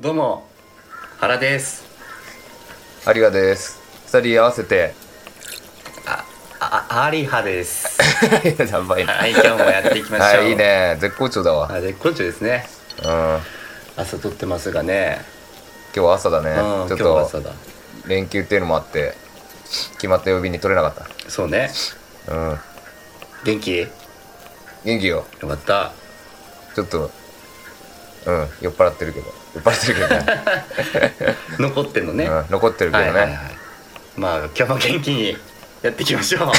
どうも原です有賀です二人合わ せてあアリハですやばいなはい今日もやっていきましょう はいいいね絶好調だわあ絶好調ですねうん今朝撮ってますがね日は朝だねうんち今ょっ日は朝とだ連休っていうのもあって決まった曜日に取れなかっそうねたうん元気よ元気よかったちょっとうん酔っ払ってるけど酔っ払ってるけ どね残ってんのね、うん、残ってるけどね、はいはいはいまあ今日も元気にやっていきましょう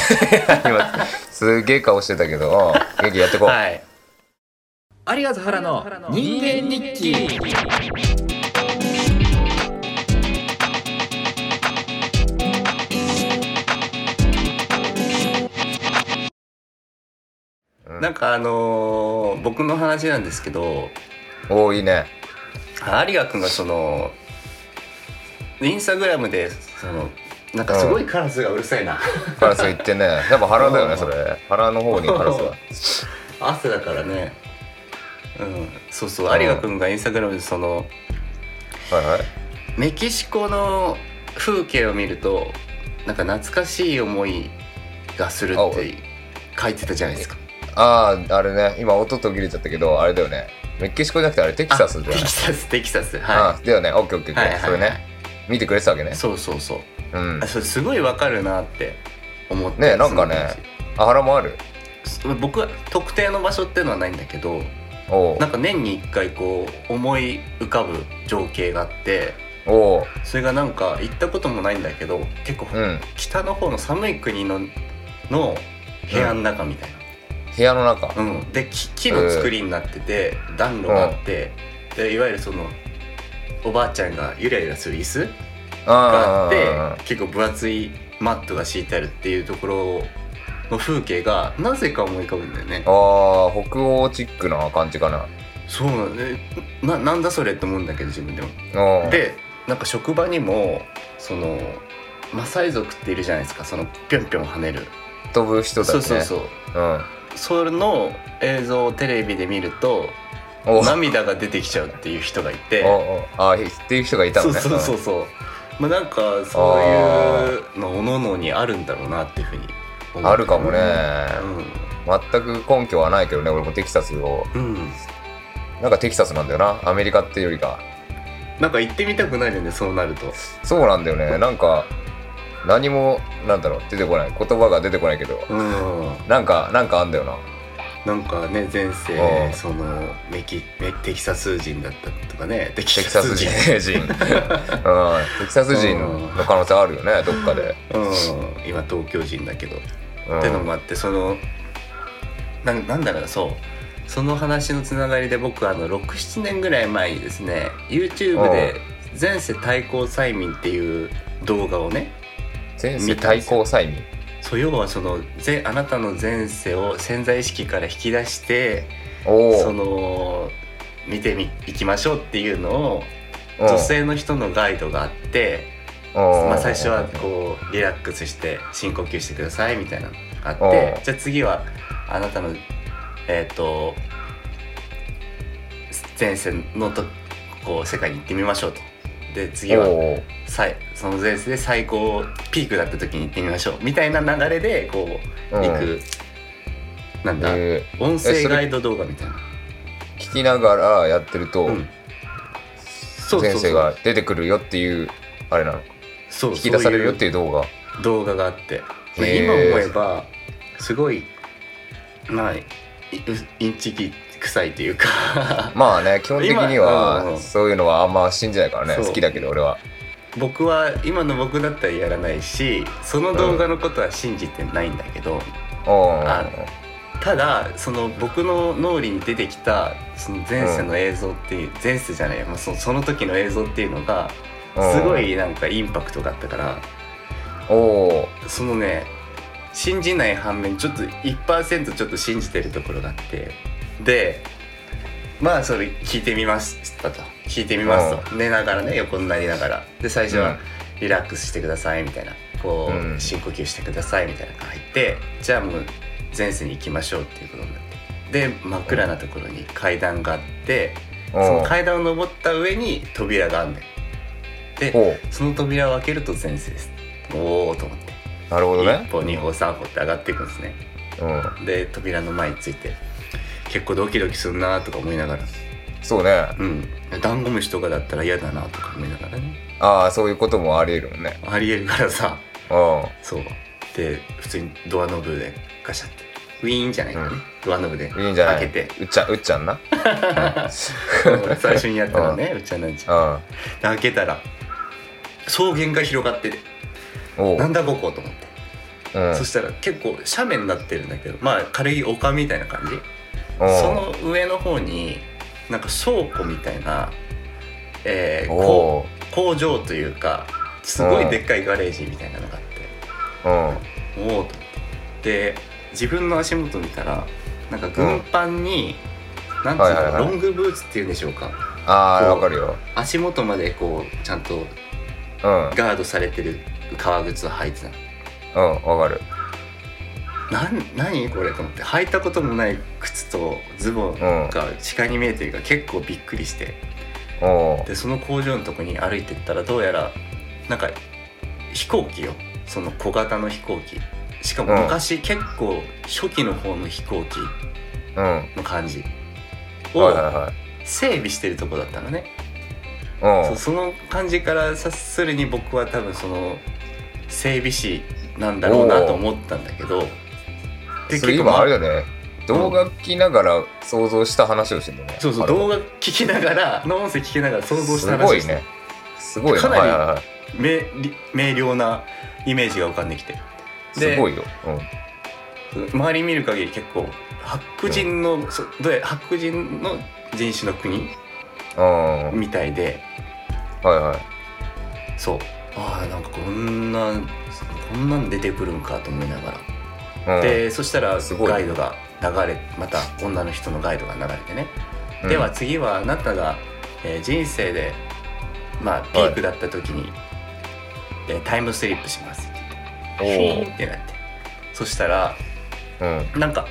今すげえ顔してたけどうん元気やってこう、はい有賀と原の人間日記うんなんかあのー僕の話なんですけどおおいいね有賀君がそのインスタグラムでそのなんかすごいカラスがうるさい な、カラス行ってねやっぱ腹だようねんそれ腹の方にカラスが朝だからねうんそうそううん有賀君がインスタグラムでそのはいはいメキシコの風景を見るとなんか懐かしい思いがするって書いてたじゃないですかあああれね今音途切れちゃったけどあれだよねメキシコじゃなくてあれテキサスあだテよねキサステキサスはあだよねオッケーオッケいーオッケはいーはそいはれいね見てくれてたわけねそうそうそううんあそれすごいわかるなって思ってねなんかねあ腹もあるその時僕は特定の場所っていうのはないんだけどおうなんか年に1回こう思い浮かぶ情景があっておうそれがなんか行ったこともないんだけど結構うん北の方の寒い国のの部屋の中みたい部屋の中な、うんで木木の作りになってて、暖炉があって、でいわゆるそのおばあちゃんがゆらゆらする椅子がああって結構分厚いマットが敷いてあるっていうところの風景がなぜか思い浮かぶんだよねああー北欧チックな感じかなそうなんだねななんだそれって思うんだけど自分でも。おうでなんか職場にもそのマサイ族っているじゃないですかそのぴょんぴょん跳ねる、飛ぶ人だそようねそうそううんその映像をテレビで見るとおう涙が出てきちゃうっていう人がいておうおうあーっていう人がいたそのうねそうそううそうまあなんかそういうのおののにあるんだろうなっていうふうに思んうあるかもねう全く根拠はないけどね俺もテキサスをん、うん、なんかテキサスなんだよなアメリカっていうよりかなんか行ってみたくなるよねそうなるとそうなんだよねなんか何もなんだろう出てこない言葉が出てこないけどうんなんかなんかあんだよななんかね前う世んそのメキメテキサス人だったとかねテキテキサス人人うんテキサス人の可能性あるよねどっかで、うん、今東京人だけど、うん、ってのもあってそのななんだろうなそうその話のつながりで僕あの67年ぐらい前にですね YouTube で「前世対抗催眠」っていう動画をね前世対抗催眠そう要はその前あなたの前世を潜在意識から引き出しておそおの見てみいきましょうっていうのをうん女性の人のガイドがあって。まあ、最初はこうリラックスして深呼吸してくださいみたいなのがあってうんじゃあ次はあなたのえっ、と前世のとこう世界に行ってみましょうとで次はおー最その前世で最高ピークだった時に行ってみましょうみたいな流れでこううん行く、なんだ、え音え声それガイド動画みたいな、ー聞きながらやってると、うん、そうそう前そう世が出てくるよっていうあれなのそう引き出されるよってそういう動画いう動画があってまあへー今思えばすごいまあいインチキ臭いというか まあね基本的に今うんうんはそういうのはあんま信じないからそうね好きだけど俺は僕は今の僕だったらやらないしその動画のことは信じてないんだけど、おあーただその僕の脳裏に出てきたその前世の映像っていう、前世じゃないやもうそその時の映像っていうのがうんすごいなんかインパクトがあったからおおそのね信じない反面ちょっと1%ちょっと信じてるところがあってでまあそれ聞いてみましたと聞いてみますと寝ながらね横になりながらで最初うはんリラックスしてくださいみたいなこう、うん深呼吸してくださいみたいなのが入ってじゃあもう前世に行きましょうっていうことになってで真っ暗なところに階段があってうんその階段を登った上に扉があんねんでほその扉を開けると前世ですおおと思ってうなるほど1ね歩2歩3歩って上がっていくんですねうんで扉の前について結構ドキドキするなとか思いながらそうねうんダンゴムシとかだったら嫌だなとか思いながらねああそういうこともありえるもんねありえるからさうそうで普通にドアノブでガシャってウィーンじゃないからね、うんドアノブでんいいんじゃない開けてうっちゃんうっちゃんなうん最初にやったのねうっちゃなんちゃん うんで開けたら草原が広がってておうなんだここと思って、うんそしたら結構斜面になってるんだけどまあ軽い丘みたいな感じそおうの上の方になんか倉庫みたいな、えーこおうう工場というかすごいでっかいガレージみたいなのがあってうおおんと思ってで自分の足元見たらなんか軍パンに、なんていうの、はいはいはいロングブーツっていうんでしょうかああこうわかるよ足元までこうちゃんとうんガードされてる革靴を履いてたのうんわかるなん何これと思って履いたこともない靴とズボンうんが視界に見えてるから結構びっくりしておうでその工場のとこに歩いてったらどうやらなんか飛行機よその小型の飛行機しかもうん昔、結構初期の方の飛行機うんはいの感じはいをは整備してるとこだったのね、いおそううその感じから察するに僕は多分その整備士なんだろうなと思ったんだけどそれ今あれまだね動画聞きながら想像した話をしてんだねそうそうあれ動画聞きながらの音声聞きながら想像したす話をごしいてねすごいなかなりはいはいはい明り明瞭なイメージが浮かんできてですごいようん周り見る限り結構白人の、そどうや白人の人種の国うんみたいではいはいそうああんかこんなこんなん出てくるんかと思いながら、うんでそしたらすごいガイドが流れまた女の人のガイドが流れてね、うんでは次はあなたが、えー人生でまあピークだった時に、えータイムスリップしますって言おってうピーンってなってそしたらうんなんか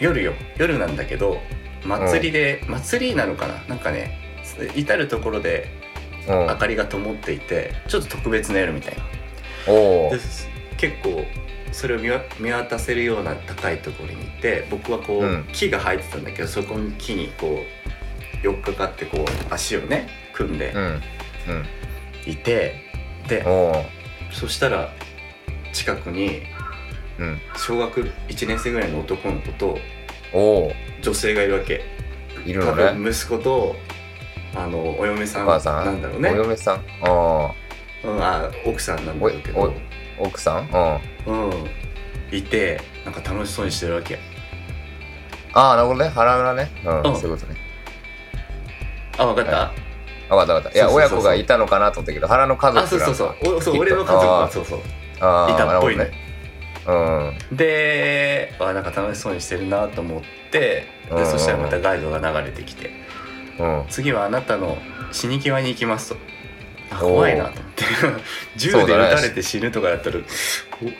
夜よ夜なんだけど祭りで、祭りなのかななんかね至る所でうん明かりが灯っていてちょっと特別な夜みたいなおうで結構それを見わ見渡せるような高いところにいて僕はこう、うん木が生えてたんだけどそこに木にこうよっかかってこう足をね組んでうんいて、でおうそしたら近くにうん小学1年生ぐらいの男の子とおう女性がいるわけ。いる多の分ね息子とあのお嫁さおん母さんなんだろうねお嫁さんあうん、あ奥さんなんだろうけおど、奥さんうんあうん、いてなんか楽しそうにしてるわけあなるほどね腹裏ねうんうんそういうことねあ分かった、はあわかったわかったいやそうそう親そうそう子がいたのかなと思ったけど腹の家族あそうそうそうおそうきっと俺の家族あがーそうそうああいたっぽいねなるほどねであなんか楽しそうにしてるなと思ってうでんそしたらまたガイドが流れてきてうんうん「次はあなたの死に際に行きます」と。あおー怖いなと思って 銃で撃たれて死ぬとかだったら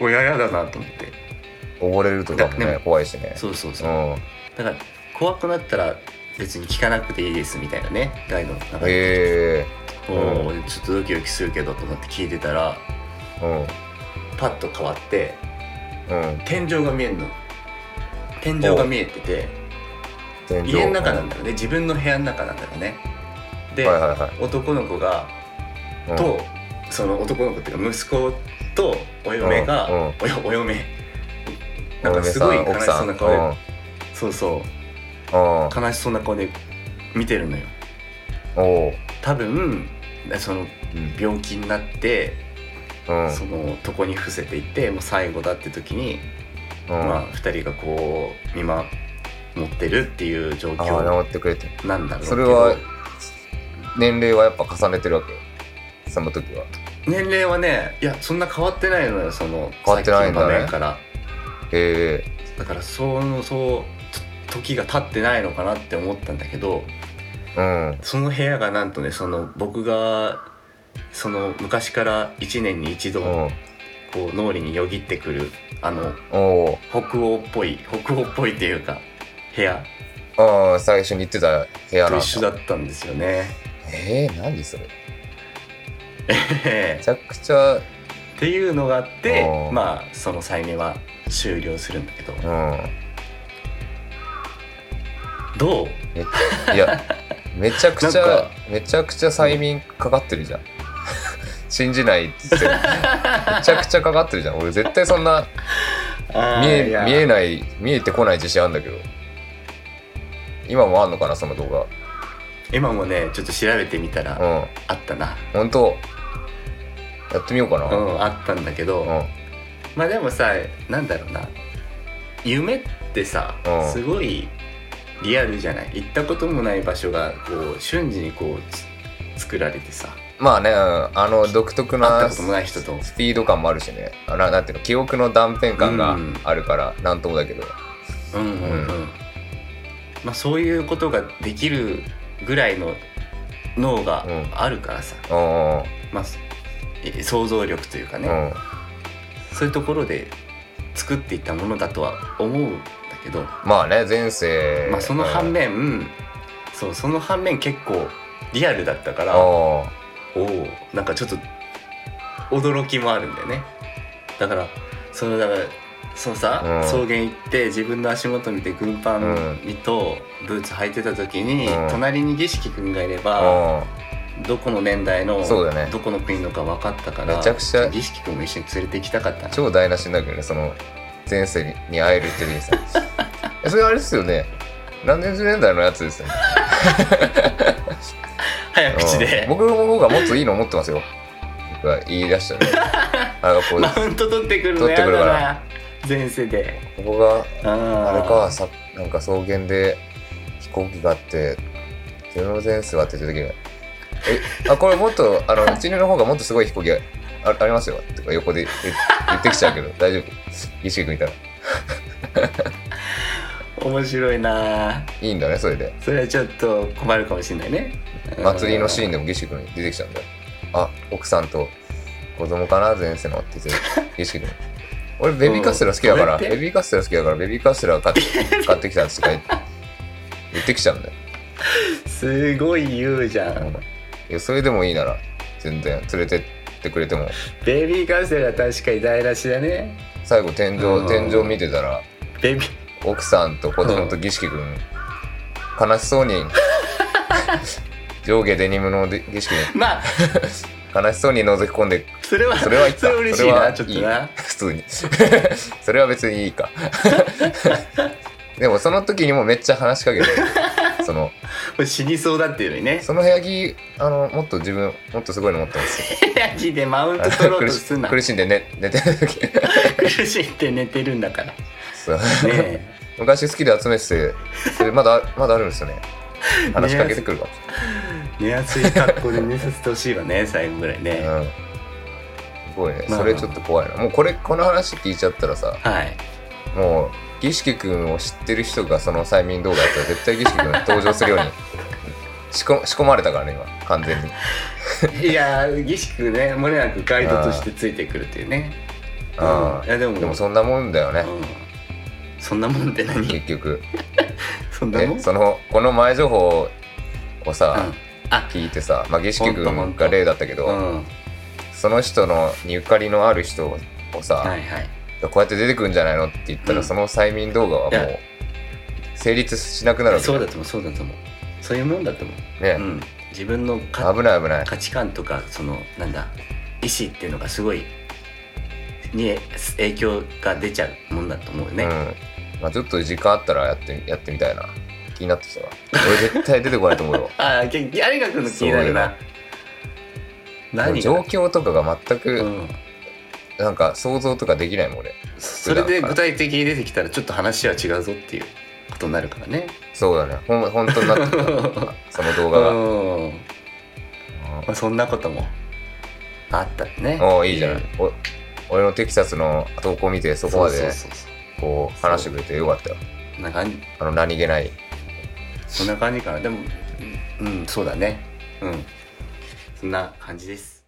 お親嫌だなと思って溺れるとかもだでねも怖いしねそうそううそうんだから怖くなったら別に聞かなくていいですみたいなねガイドの中で、へえおーちょっとドキドキするけどと思って聞いてたらうんパッと変わってうん天井が見えるの天井が見えてて天井家の中なんだろうね自分の部屋の中なんだろうねで、はいはいは男の子がいうんと、その男の子っていうか息子とお嫁が、うんうんおよお嫁なんおか嫁すさごいん悲奥しさそんうなうん顔でそうそうんう悲しそうな顔で見てるのよおう多分その病気になって、うんその床に伏せていてもう最後だって時に、うんまあ、2人がこう見守ってるっていう状ああ況治ってくれてなんだろうけどそれは年齢はやっぱ重ねてるわけその時は年齢はねいやそんな変わってないのよその変わってないんさっきのだね場面からへえだからそのそうと時が経ってないのかなって思ったんだけどうんその部屋がなんとねその僕がその昔から1年に一度うんこう脳裏によぎってくるあのおう北欧っぽい北欧っぽいっていうか部屋ああ最初に言ってた部屋なんとだ一緒だったんですよね。 えー、何それめっちゃくちゃていうのがあっておーまあその再現は終了するんだけどうどうんいやめちゃくちなんゃかめちゃくちゃ催眠かかってるじゃん 信じないって言ってめちゃくちゃかかってるじゃん俺絶対そんな見えいや見えない見えてこない自信あるんだけど今もあんのかなその動今もねちょっと調べてみたら画うんあったな本当やってみようかうな、んあったんだけど、うんまあでもさなんだろうな夢ってさうんすごいリアルじゃない行ったこともない場所がこう瞬時にこうつ作られてさまあね、うんあの独特会っなたことスもない人とピード感もあるしねあななんていうの記憶の断片感がうんあるからなんともだけど、うんうんうん、うまあそういうことができるぐらいの脳があるからさ、うんうんまあえ想像力というかね、うんそういうところで作っていったものだとは思うんだけど、まあね前世まあその反面、そうその反面結構リアルだったかうんらおあおなんかちょっと驚きもあるんだよねだからそのだからそのさ、うん草原行って自分の足元見て軍パンにとブーツ履いてた時に、うん隣に儀式君がいれば、あどこの年代の、そうだねどこの国のか分かったからめちゃくちゃ儀式君も一緒に連れて行きたかったな超台無しになるけどねその前世にに会えるって時にさ えそれあれですよね何年年代のやつですよね早口でうん僕の方がもっといいの持ってますよ僕は言い出したね あのこうマウント取ってくるの取ってやくるだからな前世でここがああれかさなんか草原で飛行機があってゼロゼンスがあって言った時に「えあこれもっと あのうちの方がもっとすごい飛行機があありますよ」とか横で言言ってきちゃうけど大丈夫意識君い たら面白いないいんだねそれでそれはちょっと困るかもしれないね祭りのシーンンでも儀式君出てきちゃうんだよあ奥さんと子供かな前世のって言って儀式君 俺ベビーカステラ好きだから、うん ベビーカステラ好きだからベビーカステラ買って買ってきたんですとか 言って言ってきちゃうんだよすごい言うじゃんいやそれでもいいなら全然連れてってくれてもベビーカステラ確かに台無しだね最後天井、うん天井見てたらベビ奥さんと子供と儀式君、悲しそうに 上下デニムので儀式君まあ悲しそうに覗き込んでそれはそれは言ったそれ嬉しいなちょっといな普通に それは別にいいか でもその時にもめっちゃ話しかけてそのこれ死にそうだっていうのにねその部屋着あのもっと自分もっとすごいの持ってます よヤジでマウント取ろう苦としすんな 苦しんで、ね、寝てる時苦しいって寝てるんだからねそうえ昔好きで集めててそれまだまだあるんですよ ね話しかけてくるかもし寝やすい格好で寝させてほしいわね最後ぐらいれねない、うん、すごいねまあそれちょっと怖いなもうこれこの話聞いちゃったらさはいもう儀式君を知ってる人がその催眠動画やったら絶対儀式君登場 するように仕込仕込まれたからね今完全にいやー儀式ねもれなくガイドとしてついてくるっていうねあうんあいやでもでもそんなもんだよねうんそんなもんって何結局そんなもんえそのこの前情報をうさん、あ聞いてさ、まあ、儀式ほんとほん君とが例だったけど、うんその人のにゆかりのある人をさ、はいはいこうやって出てくるんじゃないのって言ったら、うんその催眠動画はいもやう成立しなくなるわけそうだと思うそうだと思うそういうもんだと思う、ね、うん、自分のか危ない危ない価値観とかそのなんだ意思っていうのがすごいに影響が出ちゃうもんだと思うね、うんまあ、ちょっと時間あったらやってみやってみたいな気になってきたわ俺絶対出てこないと思うよああ有賀君の気になるなもう 何状が、況とかが全うくん、なんか想像とかできないもん俺それで具体的に出てきたらちょっと話は違うぞっていうことになるから ねそうだねほん本当になっ てるその動画が、うんまあ、そんなこともあったねうんおういいじゃないお俺のテキサスの投稿見てそこまそうでそうそうそこう話してくれてよかったようなんかあの何気ないそんな感じかなでもうんうんそうだねうんそんな感じです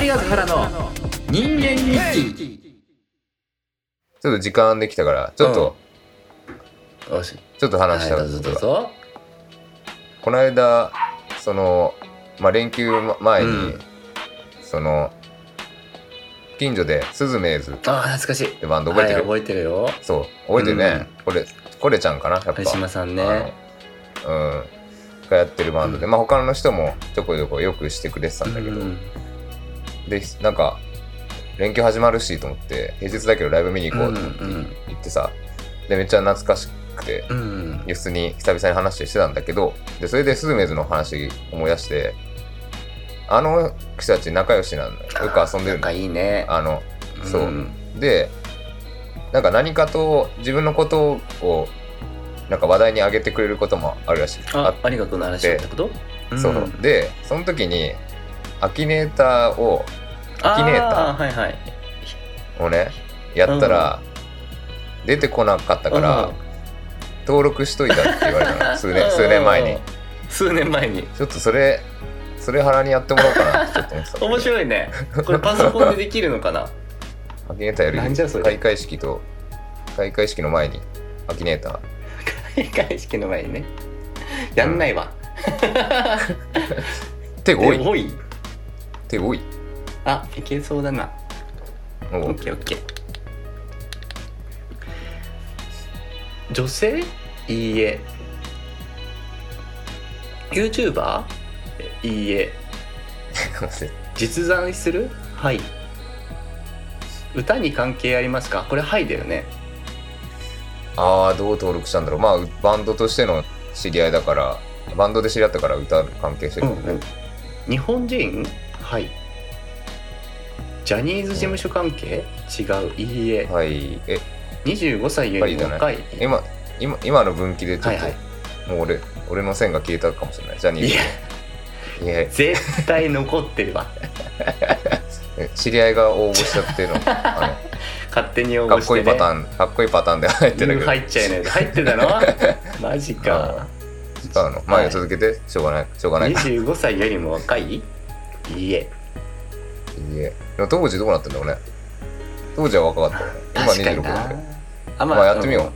有賀原の人間日記ちょっと時間できたから、ちょっとよしちょっとは話しいたどこうぞどとうがぞこの間その、まあ、連休ま前に、うんその近所で「スズメーズ」っああ懐かしいてバンド覚えてはいる、覚えてるよそう覚えてるね、これこれちゃんかなやっぱ有島さんねあのうんがやってるバンドで、まあ他の人もちょこちょこよくしてくれてたんだけど、うんでなんか連休始まるしと思って平日だけどライブ見に行こうと思ってうんうん行ってさ、でめっちゃ懐かしくてうん普通に久々に話してたんだけどでそれでスズメズの話思い出してあの人たち仲良しなんだよよく遊んでるんなかだいいねあのそうんでなんか何かと自分のことをなんか話題に上げてくれることもあるらしいあ有賀君の話だったことそうんうでその時にアキネーターをアキネーターあはいはいをねやったら、出てこなかったから、うん登録しといたって言われたの数年数年前うにん数年前にちょっとそれそれ腹にやってもらおうか なってちょっと思ってたんだけど面白い ねこれパソコンでできるのかなアキネーターよりなんじゃそれ開会式と開会式の前にアキネータ 開会式の前にねやんないわ、ー手が多でい多い手が多いあいけそうだなおオッケーオッケー女性いいえ YouTuber? えいいえ実在するはい歌に関係ありますかこれはいだよねああどう登録したんだろうまあバンドとしての知り合いだからバンドで知り合ったから歌の関係してるよね、日本人はいジャニーズ事務所関係、違ういいえはいえ25歳よりも若い、今今今の分岐でちょっと、はいはいもう俺俺の線が消えたかもしれないジャニーいズやいや絶対残ってるわえ知り合いが応募しちゃってるのあ勝手 に応のか募っして、こいね、いパターン、かっこいいパターンで入ってるけど入っちゃいない入ってたのマジかあの前を続けて、しょうがないしょうがないい25歳よりも若いいいえいえでも当時どうなってんだろうね当時は若かったよね今確かに26だなけどあまあやってみよう、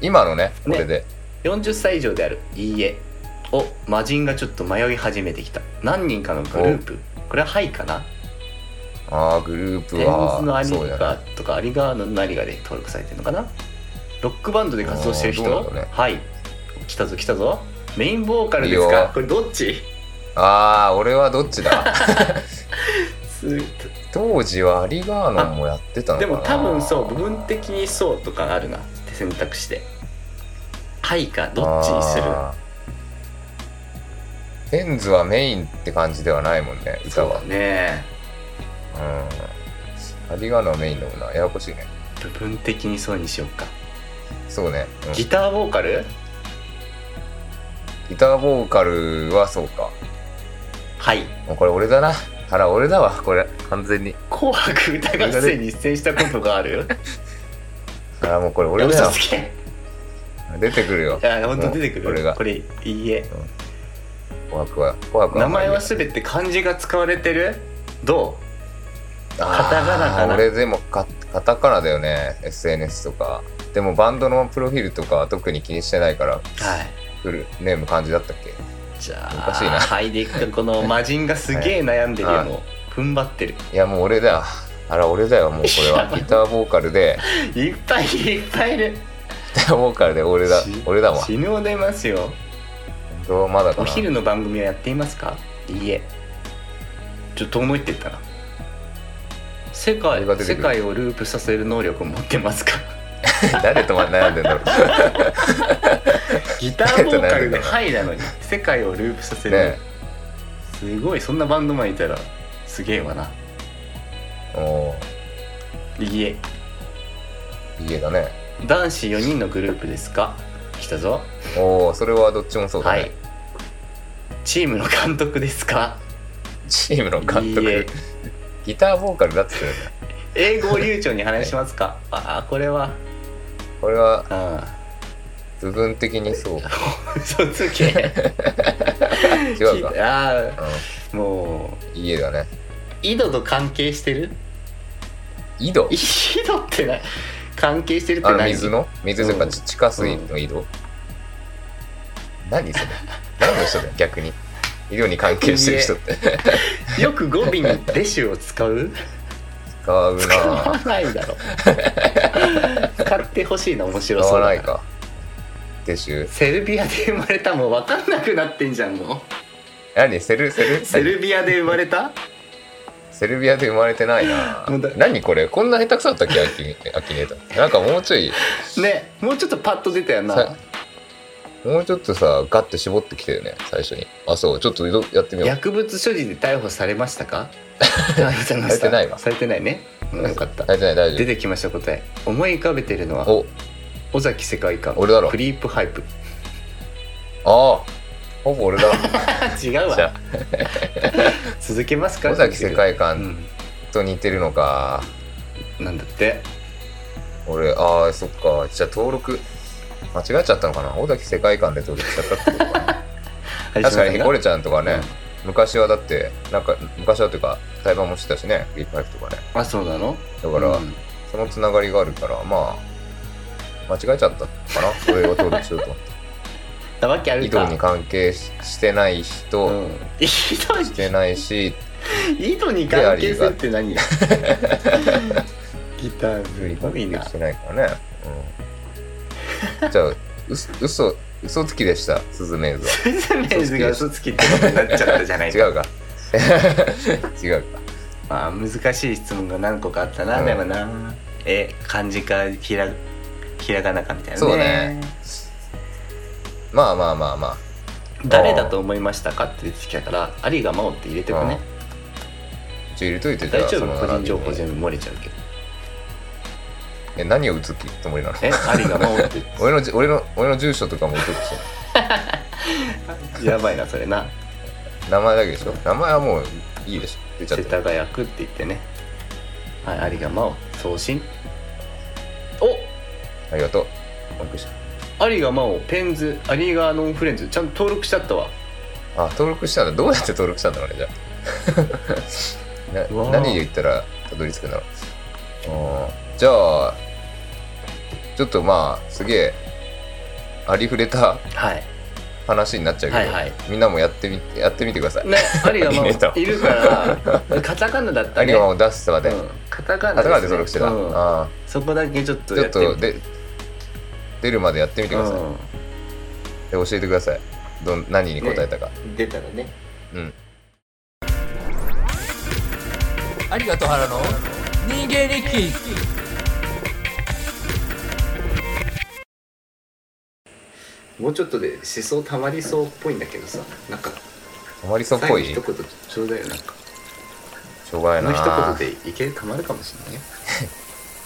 今のねこねれで、 40歳以上であるいいえを魔人がちょっと迷い始めてきた何人かのグループこれははいかなああグルーテプンズのはアリそうだねガとかアリガーのナリガで登録されてるのかなロックバンドで活動してる人あーどうなんだろうねはい来たぞ来たぞメインボーカルですいいかよこれどっちああ俺はどっ ちだす当時はアリガーノンもやってたのでかなも多分そう部分的にそうとかあるなって選択肢ではいかどっちにするあーテンズはメインって感じではないもんね歌そうはだねうんアリガーノはメインだもんなややこしいね部分的にそうにしようかそうね、うんギギターボーカルターボーカルはそうかはいもうこれ俺だな腹俺だわこれ完全に紅白歌合戦に出演したことがある腹もうこれ俺だ嘘よつけ出てくるよいや本当出てくるもうこれがこれいいえ紅白は紅白名前はあんま全て漢字が使われてるどりカタカナかなあー俺でもカカタカナだよね SNS とかでもバンドのプロフィールとかは特に気にしてないからうはいフルネーム漢字だったっけじゃおあかしいなはいでいくかこの魔人がすげえ悩んでるよ、 はいもう踏ん張ってるいやもう俺だよあら俺だよもうこ れいはやギターボーカルでいっぱいいっぱいいるギターボーカルで俺だし俺だわ死ぬほどいますよどうまだかおな昼の番組はやっていますかいいえちょっと遠のいってったな世あ界れが出て世くる界をループさせる能力を持ってます か誰と悩んで んだろうギターボーカルで「はい」なのに世界をループさせる、ねすごいそんなバンドマンいたらすげえわなおいいえーいい絵だね男子4人のグループですか来たぞ、おおそれはどっちもそうだはね、いチームの監督ですかチームの監督いいえギターボーカルだっつってたよね英語を流暢に話しますかああこれはこれはう部分的にそうん嘘つけ違うか聞いてあうあもうんいい絵だね井戸と関係してる井戸井戸ってな関係してるってあの何水の水というか地地下水の移動、何それ何の人だよ逆に医療に関係してる人ってよく語尾に「デシュ」を使う 使うな 使わぁないだろ使ってほしいな面使白そうわだなないかデシュセルビアで生まれたもう分かんなくなってんじゃんも何セルセうルセルビアで生まれ たセルビアで生まれてないな本当ぁ何これこんな下手くそだったっけアキネアキネーターなんかもうちょいねもうちょっとパッと出たよさなもうちょっとさガッて絞ってきてるね最初にあそうちょっとどやってみよう薬物所持で逮捕されました か逮捕されましたされてないわされてないねうんよかった大丈夫大出丈てきました答え思い浮かべてるのは夫尾崎世界観俺だろクリープハイプおああほぼ俺だ 違うじゃわ 続けますか尾崎世界う観んと似てるのか、なんだって俺ああそっかじゃあ登録間違えちゃったのかな尾崎世界観で登録しちゃっ たってことかな確かにヒコレちゃんとかね、昔はだってなんか昔はというか対バンもしてたしねクリープハイプとかねあそうなのだから、うんそのつながりがあるからまあ間違えちゃったかなこれを登録しようと思ってなわけある移動かに関係ししてない人、うん井戸にしてないし井戸に関係性って何ギ ターすごいなしてないからね、う ん、じゃあ嘘嘘嘘つきでしたスズメイズはスズメンズが嘘つきってことになっちゃったじゃないか違うか 違うかまあ難しい質問が何個かあったな、うんでもなえ漢字かひらひらがなかみたいなそうねまあまあまあまあ誰だと思いましたかって出てきたから「ありがまお」って入れてもね一応入れといて大丈夫個人並び情報全部漏れちゃうけどえ何を打つ気つもりなの「えありがまお」って 言っ俺のじ俺の俺の住所とかも打つでしょてやばいなそれな名前だけでしょ名前はもういいでしょ「出ちゃっ世て田谷区」って言ってね「はいありがまお」送信おありがとうもう一個しアリがマオペンズアリがノンフレンズちゃんと登録しちゃったわあ登録したんだどうやって登録したんだろうねじゃあ うわーな何で言ったらたどり着くんだろううんじゃあちょっとまあすげえありふれたはい話になっちゃうけはど、いはいみんなもやってみやってみてください、ねアリ がマオいいねといる からカタカナだったありねがとう出すまで、うんカタカあナとからで登録してた、うんあそこだけちょっーとちょやってみとで出るまでやってみてください、で教えてくださいどん何に答えたか、うん出たらねうんありがとう原の人間日記もうちょっとで思想たまりそうっぽいんだけどさなんかたまりそうっぽい最し後一言ちょうだいよなんかょうこがないのな一言でいけるたまるかもしれないよ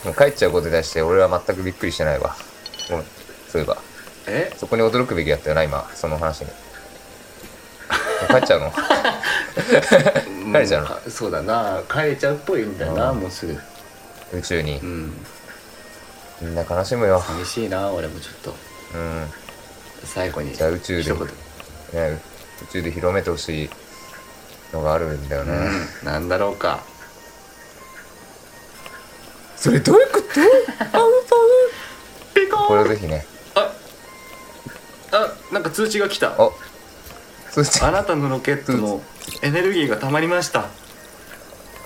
もう帰っちゃうことに対して俺は全くびっくりしてないわごめんそういえば えそこに驚くべきだったよな今その話にもう帰っち ゃうの帰れちゃうのんかそうだな帰れちゃうっぽいんだよなうんもうすぐ宇宙にうんみんな悲しむよ寂しいな俺もちょっとうん最後にじゃあ宇宙一で言ね宇宙で広めてほしいのがあるんだよね、うん、なんだろうかそれどういうことピコ これをぜひねああなんか通知が来たあそしてあなたのロケットのエネルギーがたまりました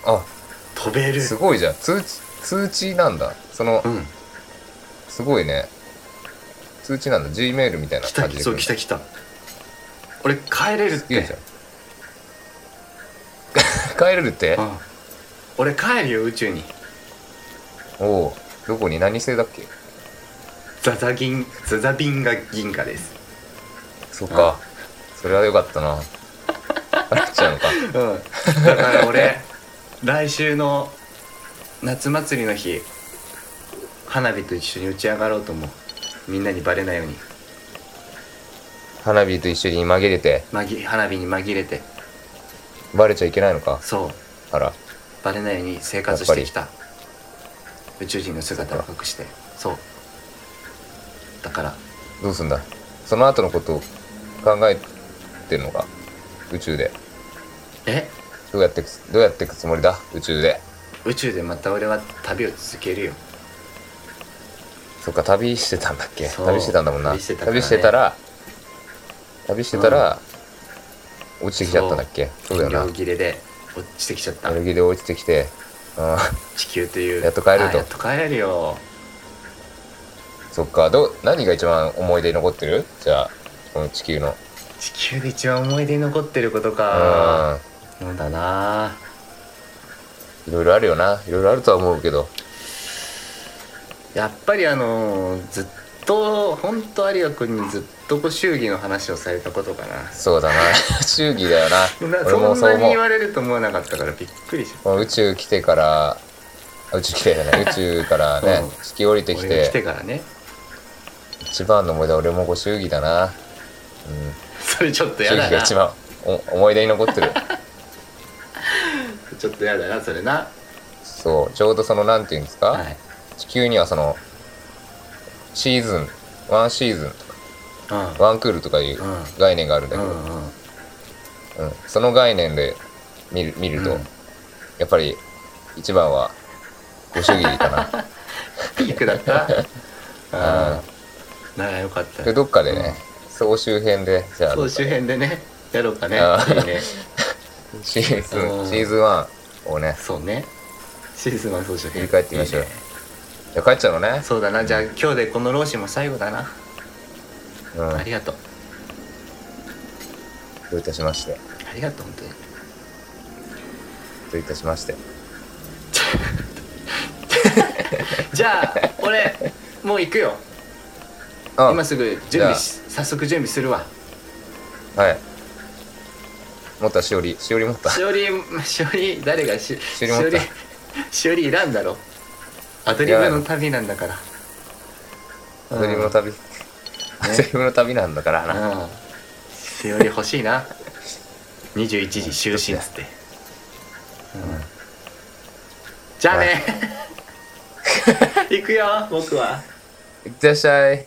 あ飛べるすごいじゃん通知通知なんだそのうんすごいね通知なんだ G メールみたいな来た感じ来でそう来た来た俺帰れるっいいじてゃん 帰れるってうん俺帰るよ宇宙におおどこに何星だっけザザ銀ザザビンが銀河ですそうかそれは良かったな あっちゃうのかうんだから俺来週の夏祭りの日花火と一緒に打ち上がろうと思うみんなにバレないように花火と一緒に紛れて紛花火に紛れてバレちゃいけないのかそうあらバレないように生活してきた宇宙人の姿を隠してそうだからどうすんだその後のことを考えてるのか宇宙でえどうやってくどうやってくつもりだ宇宙で宇宙でまた俺は旅を続けるよそっか旅してたんだっけそう旅してたんだもんな旅してたからね旅してたら旅してたら、落ちてきちゃったんだっけそうだよ秒な切れで落ちてきちゃった悪気で落ちてきてうん地球というやっと帰れるとあやっと帰れるよ そっかどう何が一番思い出に残ってるじゃあこの地球の地球で一番思い出に残ってることうかんそうだないろいろあるよないろいろあるとは思うけどやっぱりあのーずっと本当有賀君にずっとご祝儀の話をされたことかなそう だな祝儀だよなな俺そんもそうなに思う言われると思わなかったからびっくりしもう宇宙来てからあ宇宙来てじ ゃない宇宙からねうん地球降りたてき俺が来ててからね一番の思い出は俺もご祝儀だなうんそれちょっとや祝儀だがな一ちょ番お思い出に 残ってるっとやだなそれなそうちょうどそのなんていうんですか、はい地球にはそのシーズンワンシーズンとかうんワンクールとかいううん概念があるんだうけんど、うんうん、その概念で見る見ると、うんやっぱり一番はご主義かピークだったな。ああならよかっ うん、たでどっかでね、総集編でじゃあそう周辺でねやろうかねあーいいねシーズうんンシーズン1をねそうねシーズンは総集編振り返ってみましょういいねじゃあ帰っちゃうのね、そうだなじゃあ今日でこの老子も最後だなうん、ありがとうどういたしましてありがとう本当にどういたしましてじゃあ 俺もう行くよあ今すぐ準備し早速準備するわはい持ったしおりしおり持ったしおりしおり誰がししおり持ったししおりいらんだろアドリブの旅なんだからア ドリブの旅、アドリブの旅なんだからな、うんしおり欲しいな21時就寝っつって、うんじゃあね 行くよ僕は。いってらっしゃい